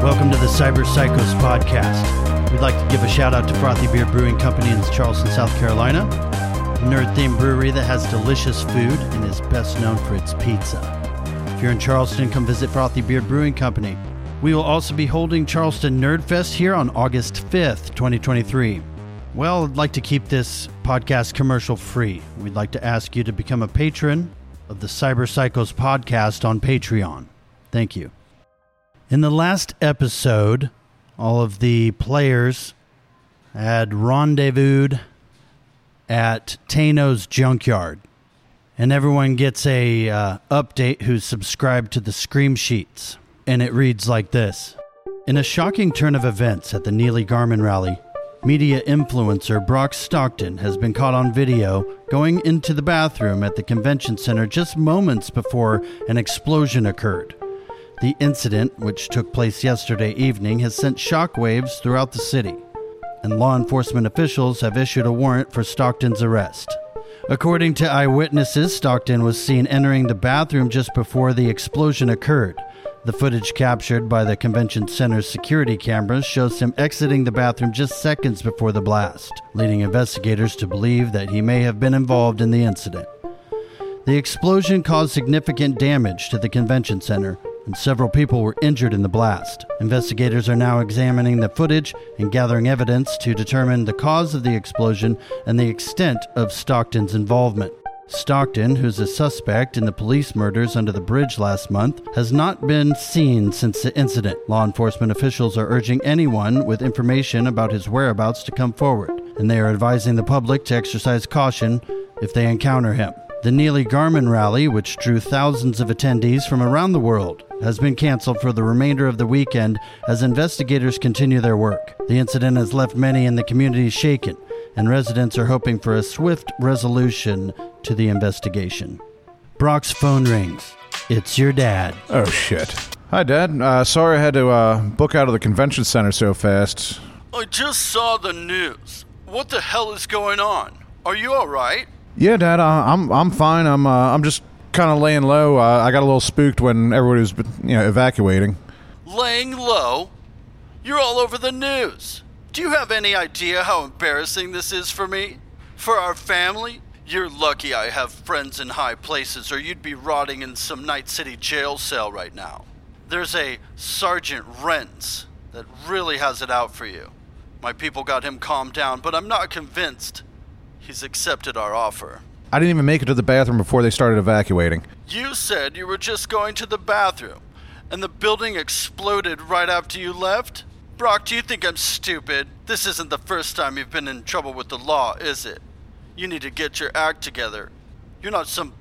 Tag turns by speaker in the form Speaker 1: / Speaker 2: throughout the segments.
Speaker 1: Cyber Psychos podcast. We'd like to give a shout out to Frothy Beer Brewing Company in Charleston, South Carolina, a nerd themed brewery that has delicious food and is best known for its pizza. If you're in Charleston, come visit Frothy Beer Brewing Company. We will also be holding Charleston Nerd Fest here on August 5th, 2023. Well, I'd like to keep this podcast commercial free. We'd like to ask you to become a patron of the Cyber Psychos podcast on Patreon. Thank you. In the last episode, all of the players had rendezvoused at Tano's Junkyard, and everyone gets a uh, update who's subscribed to the Scream Sheets, and it reads like this: In a shocking turn of events at the Neely Garmin rally, media influencer Brock Stockton has been caught on video going into the bathroom at the convention center just moments before an explosion occurred. The incident, which took place yesterday evening, has sent shockwaves throughout the city, and law enforcement officials have issued a warrant for Stockton's arrest. According to eyewitnesses, Stockton was seen entering the bathroom just before the explosion occurred. The footage captured by the convention center's security cameras shows him exiting the bathroom just seconds before the blast, leading investigators to believe that he may have been involved in the incident. The explosion caused significant damage to the convention center, and several people were injured in the blast. Investigators are now examining the footage and gathering evidence to determine the cause of the explosion and the extent of Stockton's involvement. Stockton, who's a suspect in the police murders under the bridge last month, has not been seen since the incident. Law enforcement officials are urging anyone with information about his whereabouts to come forward, and they are advising the public to exercise caution if they encounter him. The Neely Garmin rally, which drew thousands of attendees from around the world, has been canceled for the remainder of the weekend as investigators continue their work. The incident has left many in the community shaken, and residents are hoping for a swift resolution to the investigation. Brock's phone rings. It's your dad.
Speaker 2: Oh shit! Hi, Dad. Uh, sorry I had to uh, book out of the convention center so fast.
Speaker 3: I just saw the news. What the hell is going on? Are you alright?
Speaker 2: Yeah, Dad, uh, I'm I'm fine. I'm uh, I'm just kind of laying low. Uh, I got a little spooked when everybody was you know evacuating.
Speaker 3: Laying low? You're all over the news. Do you have any idea how embarrassing this is for me? For our family? You're lucky I have friends in high places, or you'd be rotting in some Night City jail cell right now. There's a Sergeant Rents that really has it out for you. My people got him calmed down, but I'm not convinced he's accepted our offer.
Speaker 2: I didn't even make it to the bathroom before they started evacuating.
Speaker 3: You said you were just going to the bathroom, and the building exploded right after you left? Brock, do you think I'm stupid? This isn't the first time you've been in trouble with the law, is it? You need to get your act together. You're not some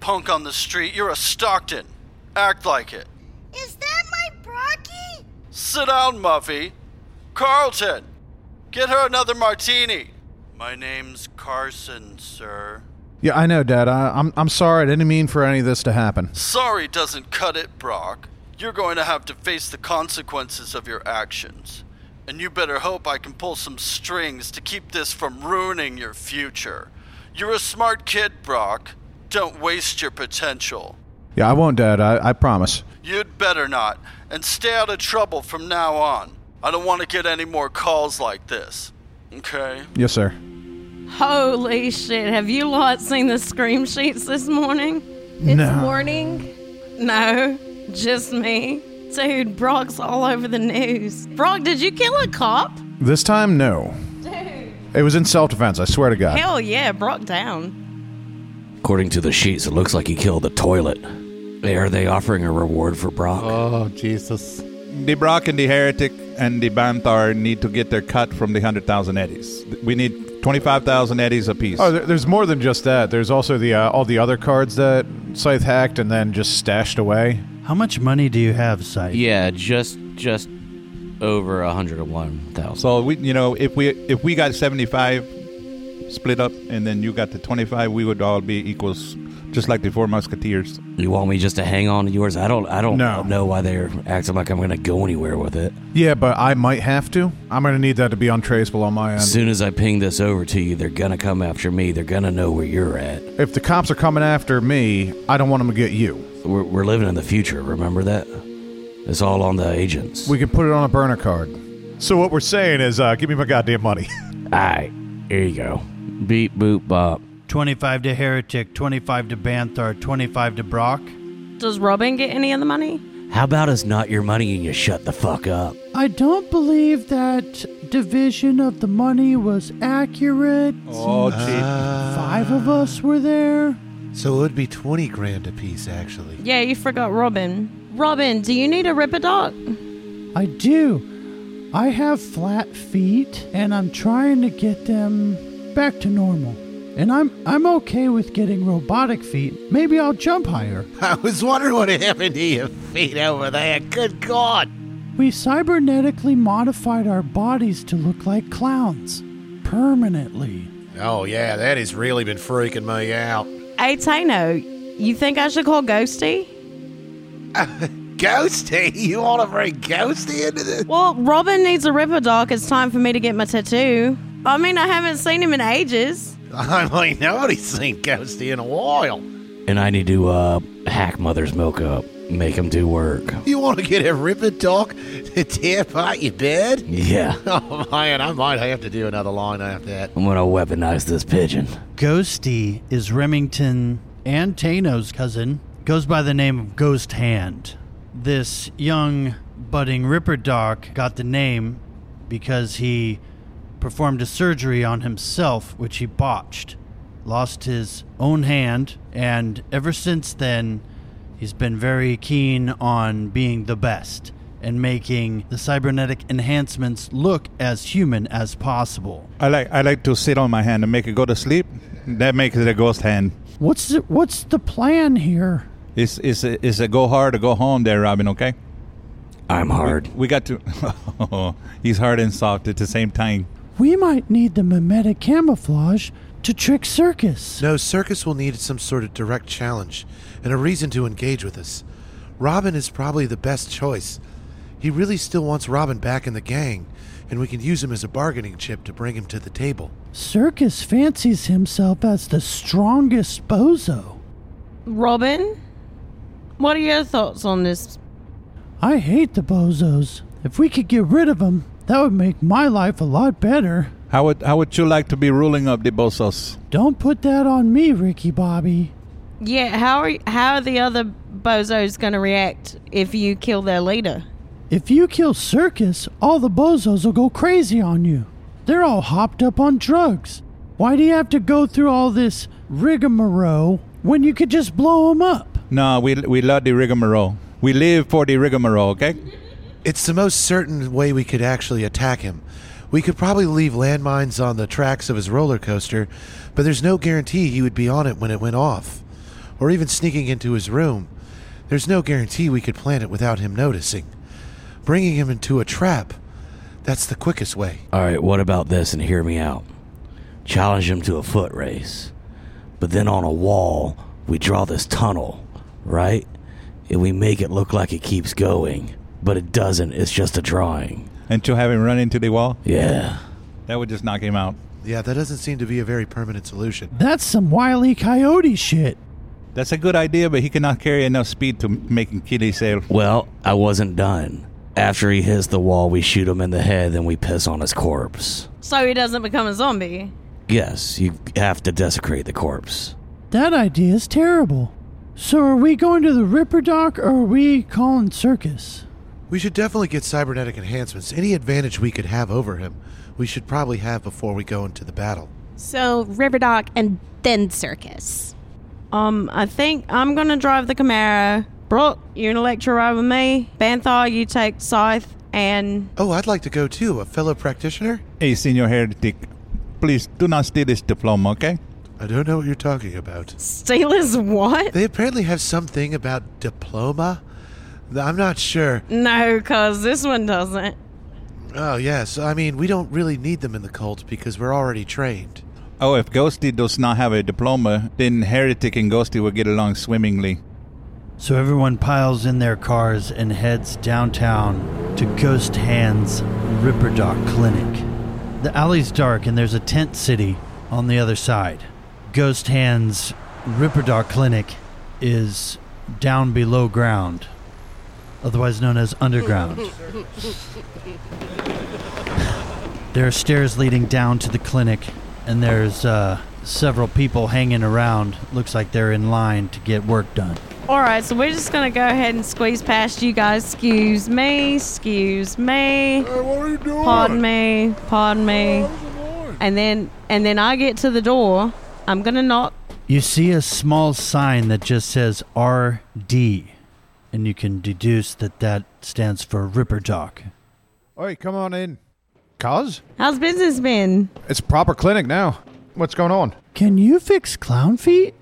Speaker 3: punk on the street, you're a Stockton. Act like it.
Speaker 4: Is that my Brocky?
Speaker 3: Sit down, Muffy. Carlton, get her another martini. My name's Carson, sir.
Speaker 2: Yeah, I know, Dad. I, I'm I'm sorry. I didn't mean for any of this to happen.
Speaker 3: Sorry doesn't cut it, Brock. You're going to have to face the consequences of your actions. And you better hope I can pull some strings to keep this from ruining your future. You're a smart kid, Brock. Don't waste your potential.
Speaker 2: Yeah, I won't, Dad. I, I promise.
Speaker 3: You'd better not, and stay out of trouble from now on. I don't want to get any more calls like this. Okay?
Speaker 2: Yes, sir.
Speaker 5: Holy shit, have you lot seen the scream sheets this morning?
Speaker 4: It's morning.
Speaker 5: No, just me. Dude, Brock's all over the news. Brock, did you kill a cop?
Speaker 2: This time, no. It was in self-defense. I swear to
Speaker 1: Uh.
Speaker 2: God.
Speaker 5: Hell yeah, Brock down.
Speaker 6: According to the sheets, it looks like he killed the toilet. Are they offering a reward for Brock?
Speaker 7: Oh, Jesus. The Brock and the Heretic and the Banthar need to get their cut from the 100,000 eddies. We need 25,000 eddies apiece.
Speaker 2: Oh, there, there's more than just that. There's also the uh, all the other cards that Scythe hacked and then just stashed away.
Speaker 1: How much money do you have, Sight?
Speaker 6: yeah, just just over a hundred and one thousand.
Speaker 7: so we, you know, if we if we got 75 split up and then you got the 25, we would all be equals, just like the four musketeers.
Speaker 6: You want me just to hang on to yours? I don't. I don't
Speaker 2: No.
Speaker 6: know why they're acting like I'm going to go anywhere with it.
Speaker 2: Yeah, but I might have to. I'm gonna need that to be untraceable on my end.
Speaker 6: As soon as I ping this over to you, they're going to come after me. They're going to know where you're at.
Speaker 2: If the cops are coming after me, I don't want them to get you.
Speaker 6: We're, we're living in the future. Remember that? It's all on the agents.
Speaker 2: We could put it on a burner card.
Speaker 8: So what we're saying is, uh, give me my goddamn money.
Speaker 6: Aye. Here you go. Beep, boop, bop.
Speaker 1: 25 to Heretic, 25 to Banthar, 25 to Brock.
Speaker 5: Does Robin get any of the money?
Speaker 6: How about it's not your money and you shut the fuck up?
Speaker 1: I don't believe that division of the money was accurate.
Speaker 7: Oh, gee.
Speaker 1: Five of us were there.
Speaker 9: So it would be 20 grand a piece, actually.
Speaker 5: Yeah, you forgot Robin. Robin, do you need a Rippadoc?
Speaker 1: I do. I have flat feet and I'm trying to get them back to normal. And I'm I'm okay with getting robotic feet. Maybe I'll jump higher.
Speaker 9: I was wondering what happened to your feet over there. Good God.
Speaker 1: We cybernetically modified our bodies to look like clowns permanently.
Speaker 9: Oh, yeah, that has really been freaking me out.
Speaker 5: Hey, Tano, you think I should call Ghosty?
Speaker 9: Ghosty? You want to bring Ghosty into this?
Speaker 5: Well, Robin needs a Rippadoc. It's time for me to get my tattoo. I mean, I haven't seen him in ages.
Speaker 9: I mean, nobody's seen Ghosty in a while.
Speaker 6: And I need to uh, hack Mother's Milk up, make him do work.
Speaker 9: You want to get a ripper dog to tear apart your bed?
Speaker 6: Yeah.
Speaker 9: Oh, man, I might have to do another line after that.
Speaker 6: I'm gonna weaponize this pigeon.
Speaker 1: Ghosty is Remington and Tano's cousin. Goes by the name of Ghost Hand. This young budding Ripper Doc got the name because he performed a surgery on himself, which he botched. Lost his own hand, and ever since then, he's been very keen on being the best and making the cybernetic enhancements look as human as possible.
Speaker 7: I like I like to sit on my hand and make it go to sleep. That makes it a ghost hand.
Speaker 1: What's the, what's the plan here?
Speaker 7: It's it's a, it's a go hard or go home there, Robin. Okay.
Speaker 6: I'm hard.
Speaker 7: We got to. he's hard and soft at the same time.
Speaker 1: We might need the mimetic camouflage to trick Circus.
Speaker 9: No, Circus will need some sort of direct challenge and a reason to engage with us. Robin is probably the best choice. He really still wants Robin back in the gang, and we can use him as a bargaining chip to bring him to the table.
Speaker 1: Circus fancies himself as the strongest bozo.
Speaker 5: Robin, what are your thoughts on this?
Speaker 1: I hate the bozos. If we could get rid of them, that would make my life a lot better.
Speaker 7: How would how would you like to be ruling of the bosos?
Speaker 1: Don't put that on me, Ricky Bobby.
Speaker 5: Yeah, how are how are the other bozos going to react if you kill their leader?
Speaker 1: If you kill Circus, all the bozos will go crazy on you. They're all hopped up on drugs. Why do you have to go through all this rigmarole when you could just blow them up?
Speaker 7: No, we we love the rigmarole. We live for the rigmarole. Okay.
Speaker 9: It's the most certain way we could actually attack him. We could probably leave landmines on the tracks of his roller coaster, but there's no guarantee he would be on it when it went off, or even sneaking into his room. There's no guarantee we could plant it without him noticing. Bringing him into a trap, that's the quickest way.
Speaker 6: All right, what about this? And hear me out. Challenge him to a foot race, but then on a wall we draw this tunnel, right? And we make it look like it keeps going, but it doesn't. It's just a drawing.
Speaker 7: And to have him run into the wall,
Speaker 6: Yeah.
Speaker 7: that would just knock him out.
Speaker 9: Yeah, that doesn't seem to be a very permanent solution.
Speaker 1: That's some wily coyote shit.
Speaker 7: That's a good idea, but he cannot carry enough speed to make him kill himself.
Speaker 6: Well, I wasn't done. After he hits the wall, we shoot him in the head, then we piss on his corpse.
Speaker 5: So he doesn't become a zombie.
Speaker 6: Yes, you have to desecrate the corpse.
Speaker 1: That idea is terrible. So are we going to the Ripper Dock or are we calling Circus?
Speaker 9: We should definitely get cybernetic enhancements. Any advantage we could have over him, we should probably have before we go into the battle.
Speaker 10: So Riverdock and then Circus.
Speaker 5: Um, I think I'm gonna drive the Camaro. Brooke, you're gonna lecture ride with me. Banthar, you take Scythe, and
Speaker 9: Oh, I'd like to go too, a fellow practitioner?
Speaker 7: Hey, Senior Heretic, please do not steal this diploma, okay?
Speaker 9: I don't know what you're talking about.
Speaker 5: steal is what?
Speaker 9: They apparently have something about diploma. Th- I'm not sure.
Speaker 5: No, cause this one doesn't.
Speaker 9: Oh, yes. I mean, we don't really need them in the cult because we're already trained.
Speaker 7: Oh, if Ghosty does not have a diploma, then Heretic and Ghosty will get along swimmingly.
Speaker 1: So everyone piles in their cars and heads downtown to Ghost Hand's Ripper Dock Clinic. The alley's dark and there's a tent city on the other side. Ghost Hand's Ripper Dock Clinic is down below ground. otherwise known as underground. There are stairs leading down to the clinic, and there's uh, several people hanging around. Looks like they're in line to get work done.
Speaker 5: All right, so we're just gonna go ahead and squeeze past you guys. Excuse me, excuse me.
Speaker 11: what are you doing? Oh,
Speaker 5: Pardon me, pardon me. And then, and then I get to the door. I'm gonna knock.
Speaker 1: You see a small sign that just says RD, and you can deduce that that stands for Ripper Doc.
Speaker 2: Oi, come on in. Cause?
Speaker 5: How's business been?
Speaker 2: It's a proper clinic now. What's going on?
Speaker 1: Can you fix clown feet?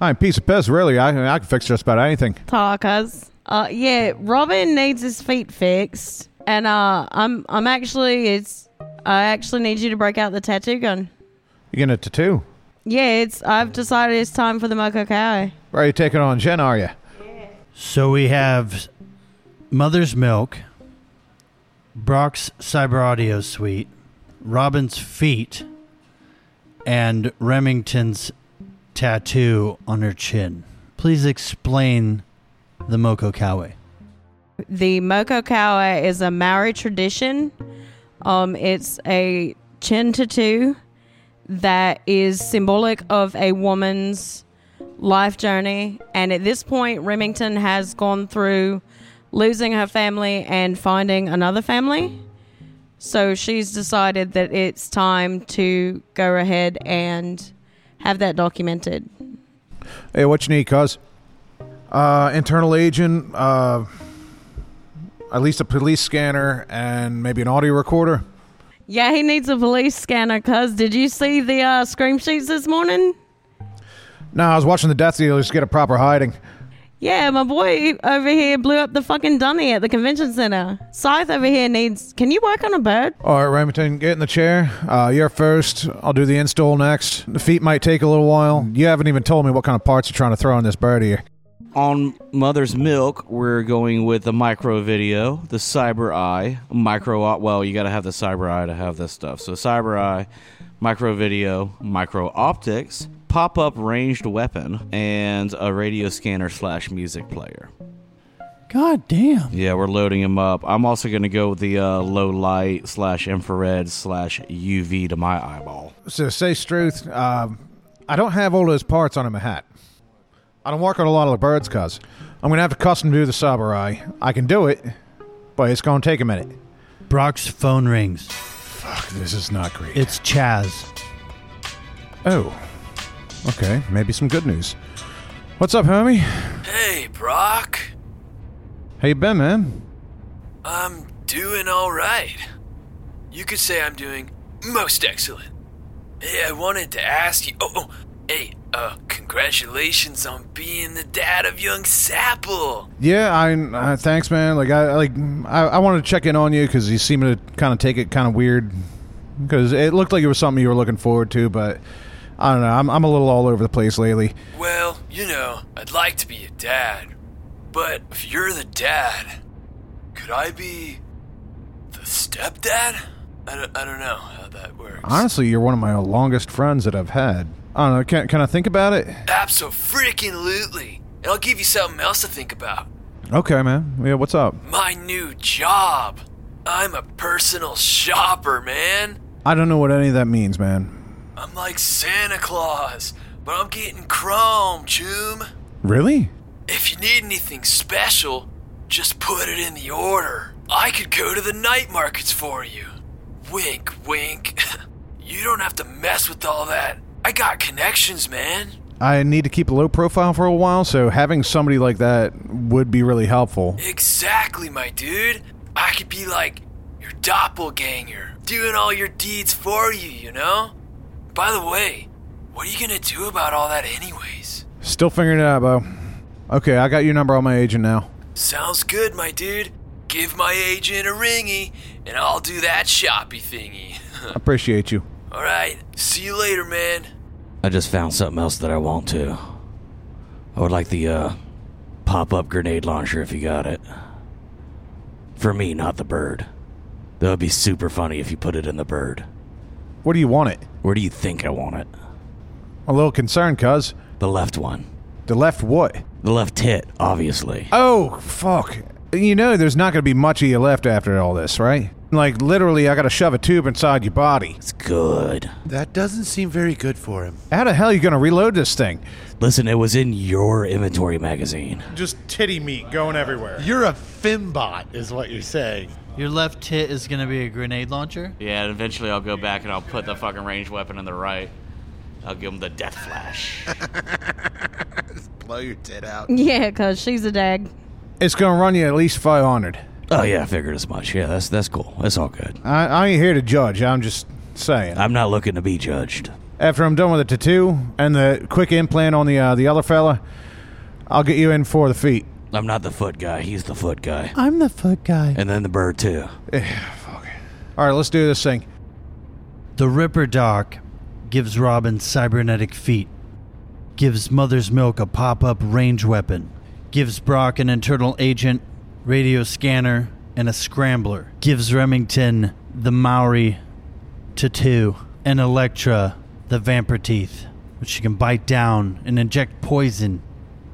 Speaker 2: I'm a piece of piss, really. I, I can fix just about anything.
Speaker 5: Talkers. Uh, yeah, Robin needs his feet fixed, and uh, I'm, I'm actually, it's, I actually need you to break out the tattoo gun.
Speaker 2: You getting a tattoo?
Speaker 5: Yeah, it's. I've decided it's time for the Mokokao.
Speaker 2: Why are you taking on Jen, are you?
Speaker 1: So we have Mother's Milk, Brock's Cyber Audio Suite, Robin's Feet, and Remington's tattoo on her chin. Please explain the Moko Kawe.
Speaker 5: The Mokokawa is a Maori tradition. Um, it's a chin tattoo that is symbolic of a woman's life journey. And at this point, Remington has gone through losing her family and finding another family. So she's decided that it's time to go ahead and have that documented.
Speaker 2: Hey, what you need, cuz? Uh, internal agent, uh, at least a police scanner, and maybe an audio recorder.
Speaker 5: Yeah, he needs a police scanner, cuz did you see the uh, scream sheets this morning?
Speaker 2: No, I was watching the death dealers get a proper hiding.
Speaker 5: Yeah, my boy over here blew up the fucking dunny at the convention center. Scythe over here needs. Can you work on a bird?
Speaker 2: All right, Remington, get in the chair. Uh, you're first. I'll do the install next. The feet might take a little while. You haven't even told me what kind of parts you're trying to throw on this bird here.
Speaker 6: On Mother's Milk, we're going with the micro video, the cyber eye, micro. Well, you got to have the cyber eye to have this stuff. So cyber eye, micro video, micro optics, pop up ranged weapon, and a radio scanner slash music player.
Speaker 1: God damn.
Speaker 6: Yeah, we're loading him up. I'm also going to go with the uh, low light slash infrared slash UV to my eyeball.
Speaker 2: So, say Struth, um, I don't have all those parts on him a hat. I don't work on a lot of the birds, cuz. I'm going to have to custom do the saburai. I can do it, but it's going to take a minute.
Speaker 1: Brock's phone rings.
Speaker 2: Fuck, this is not great.
Speaker 1: It's Chaz.
Speaker 2: Oh. Okay, maybe some good news. What's up, homie?
Speaker 12: Hey, Brock.
Speaker 2: How you been, man?
Speaker 12: I'm doing all right. You could say I'm doing most excellent. Hey, I wanted to ask you. Oh, oh hey, uh, congratulations on being the dad of young Sapple.
Speaker 2: Yeah, I uh, thanks, man. Like I like I, I wanted to check in on you because you seemed to kind of take it kind of weird because it looked like it was something you were looking forward to, but I don't know. I'm I'm a little all over the place lately.
Speaker 12: Well, you know, I'd like to be a dad, but if you're the dad, could I be the stepdad? I don't, I don't know how that works.
Speaker 2: Honestly, you're one of my longest friends that I've had. I don't know. Can can I think about it?
Speaker 12: Absolutely. And I'll give you something else to think about.
Speaker 2: Okay, man. Yeah, what's up?
Speaker 12: My new job. I'm a personal shopper, man.
Speaker 2: I don't know what any of that means, man.
Speaker 12: I'm like Santa Claus, but I'm getting chrome, choom.
Speaker 2: Really?
Speaker 12: If you need anything special, just put it in the order. I could go to the night markets for you. Wink, wink. you don't have to mess with all that. I got connections, man.
Speaker 2: I need to keep a low profile for a while, so having somebody like that would be really helpful.
Speaker 12: Exactly, my dude. I could be like your doppelganger, doing all your deeds for you, you know? By the way, what are you gonna do about all that anyways?
Speaker 2: Still figuring it out, Bo. Okay, I got your number on my agent now.
Speaker 12: Sounds good, my dude. Give my agent a ringy, and I'll do that shoppy thingy.
Speaker 2: Appreciate you.
Speaker 12: Alright, see you later, man.
Speaker 6: I just found something else that I want to. I would like the uh, pop up grenade launcher if you got it. For me, not the bird. That would be super funny if you put it in the bird.
Speaker 2: Where do you want it?
Speaker 6: Where do you think I want it?
Speaker 2: A little concerned, cuz.
Speaker 6: The left one.
Speaker 2: The left what?
Speaker 6: The left tit, obviously.
Speaker 2: Oh, fuck. You know, there's not going to be much of you left after all this, right? Like, literally, I got to shove a tube inside your body. It's
Speaker 6: good.
Speaker 9: That doesn't seem very good for him.
Speaker 2: How the hell are you going to reload this thing?
Speaker 6: Listen, it was in your inventory magazine.
Speaker 2: Just titty meat going everywhere.
Speaker 13: You're a fimbot, is what you're saying.
Speaker 1: Your left tit is going to be a grenade launcher?
Speaker 14: Yeah, and eventually I'll go back and I'll put the fucking ranged weapon in the right. I'll give him the death flash.
Speaker 13: Blow your tit out.
Speaker 5: Yeah, because she's a dag.
Speaker 2: It's going to run you at least 500.
Speaker 6: Oh yeah, I figured as much. Yeah, that's that's cool. That's all good.
Speaker 2: I, I ain't here to judge. I'm just saying.
Speaker 6: I'm not looking to be judged.
Speaker 2: After I'm done with the tattoo and the quick implant on the uh, the other fella, I'll get you in for the feet.
Speaker 6: I'm not the foot guy. He's the foot guy.
Speaker 1: I'm the foot guy.
Speaker 6: And then the bird too.
Speaker 2: Yeah, fuck it. All right, let's do this thing.
Speaker 1: The Ripper Doc gives Robin cybernetic feet, gives Mother's Milk a pop up range weapon, gives Brock an internal agent, radio scanner, and a scrambler, gives Remington the Maori tattoo, and Electra the vampire teeth, which she can bite down and inject poison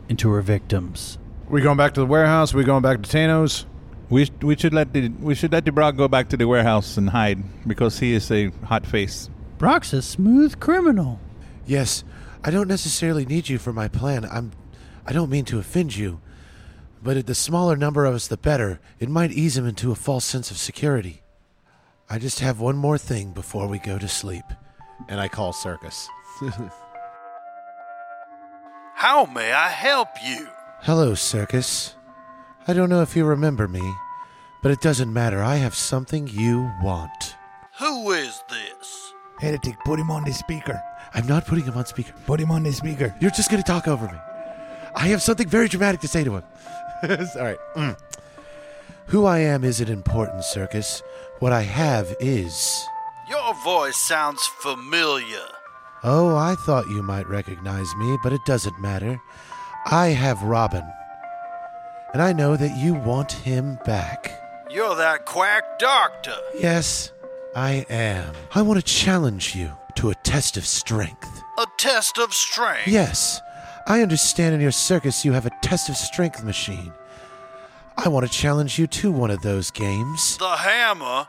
Speaker 1: into her victims.
Speaker 2: We going back to the warehouse? We going back to Tano's?
Speaker 7: We, sh- we should let the we should let the Brock go back to the warehouse and hide because he is a hot face.
Speaker 1: Brock's a smooth criminal.
Speaker 9: Yes, I don't necessarily need you for my plan. I'm I don't mean to offend you, but it- the smaller number of us the better. It might ease him into a false sense of security. I just have one more thing before we go to sleep.
Speaker 13: And I call circus.
Speaker 11: How may I help you?
Speaker 9: Hello, Circus. I don't know if you remember me, but it doesn't matter. I have something you want.
Speaker 11: Who is this?
Speaker 15: Heretic, put him on the speaker.
Speaker 9: I'm not putting him on speaker.
Speaker 15: Put him on the speaker.
Speaker 9: You're just going to talk over me. I have something very dramatic to say to him. All right. Mm. Who I am isn't important, Circus. What I have is.
Speaker 11: Your voice sounds familiar.
Speaker 9: Oh, I thought you might recognize me, but it doesn't matter. I have Robin. And I know that you want him back.
Speaker 11: You're that quack doctor.
Speaker 9: Yes, I am. I want to challenge you to a test of strength.
Speaker 11: A test of strength.
Speaker 9: Yes, I understand in your circus you have a test of strength machine. I want to challenge you to one of those games.
Speaker 11: The hammer?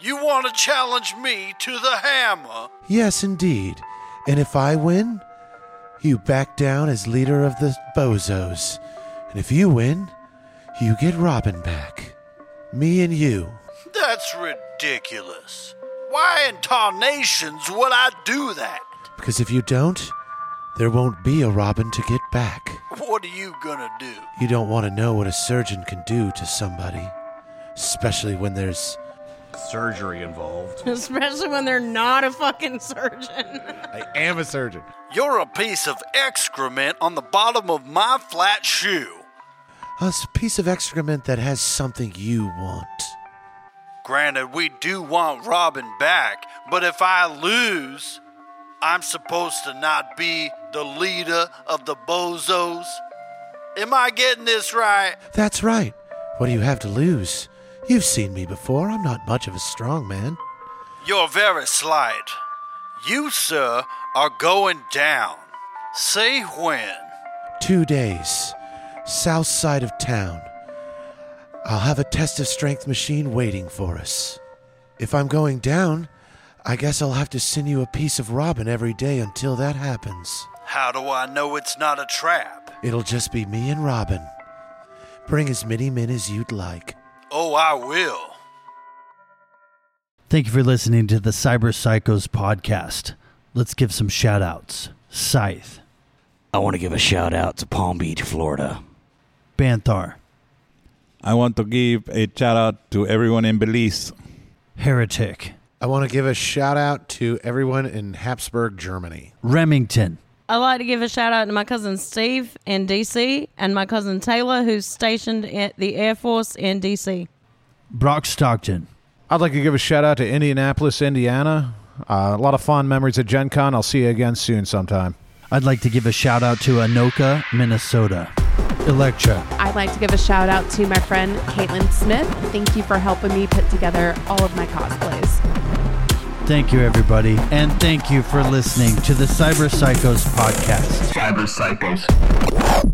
Speaker 11: You want to challenge me to the hammer?
Speaker 9: Yes, indeed. And if I win, you back down as leader of the bozos. And if you win, you get Robin back. Me and you.
Speaker 11: That's ridiculous. Why in tarnations would I do that?
Speaker 9: Because if you don't, there won't be a Robin to get back.
Speaker 11: What are you gonna do?
Speaker 9: You don't want to know what a surgeon can do to somebody, especially when there's
Speaker 13: surgery involved.
Speaker 5: Especially when they're not a fucking surgeon.
Speaker 13: I am a surgeon.
Speaker 11: You're a piece of excrement on the bottom of my flat shoe.
Speaker 9: a s- piece of excrement that has something you want.
Speaker 11: Granted, we do want Robin back, but if I lose, I'm supposed to not be the leader of the bozos. Am I getting this right?
Speaker 9: That's right. What do you have to lose? You've seen me before. I'm not much of a strong man.
Speaker 11: You're very slight. You, sir, are going down. Say when.
Speaker 9: Two days, south side of town. I'll have a test of strength machine waiting for us. If I'm going down, I guess I'll have to send you a piece of robin every day until that happens.
Speaker 11: How do I know it's not a trap?
Speaker 9: It'll just be me and Robin. Bring as many men as you'd like.
Speaker 11: Oh, I will.
Speaker 1: Thank you for listening to the Cyber Psychos podcast. Let's give some shout outs. Scythe,
Speaker 6: I want to give a shout out to Palm Beach, Florida.
Speaker 1: Banthar,
Speaker 7: I want to give a shout out to everyone in Belize.
Speaker 1: Heretic,
Speaker 13: I want to give a shout out to everyone in Habsburg, Germany.
Speaker 1: Remington,
Speaker 5: I'd like to give a shout out to my cousin Steve in DC and my cousin Taylor, who's stationed at the Air Force in DC.
Speaker 1: Brock Stockton,
Speaker 2: I'd like to give a shout out to Indianapolis, Indiana. Uh, a lot of fond memories at Gen Con. I'll see you again soon sometime.
Speaker 1: I'd like to give a shout out to Anoka, Minnesota, Electra,
Speaker 16: I'd like to give a shout out to my friend Caitlin Smith. Thank you for helping me put together all of my cosplays.
Speaker 1: Thank you, everybody. And thank you for listening to the Cyber Psychos podcast.
Speaker 4: Cyber Psychos.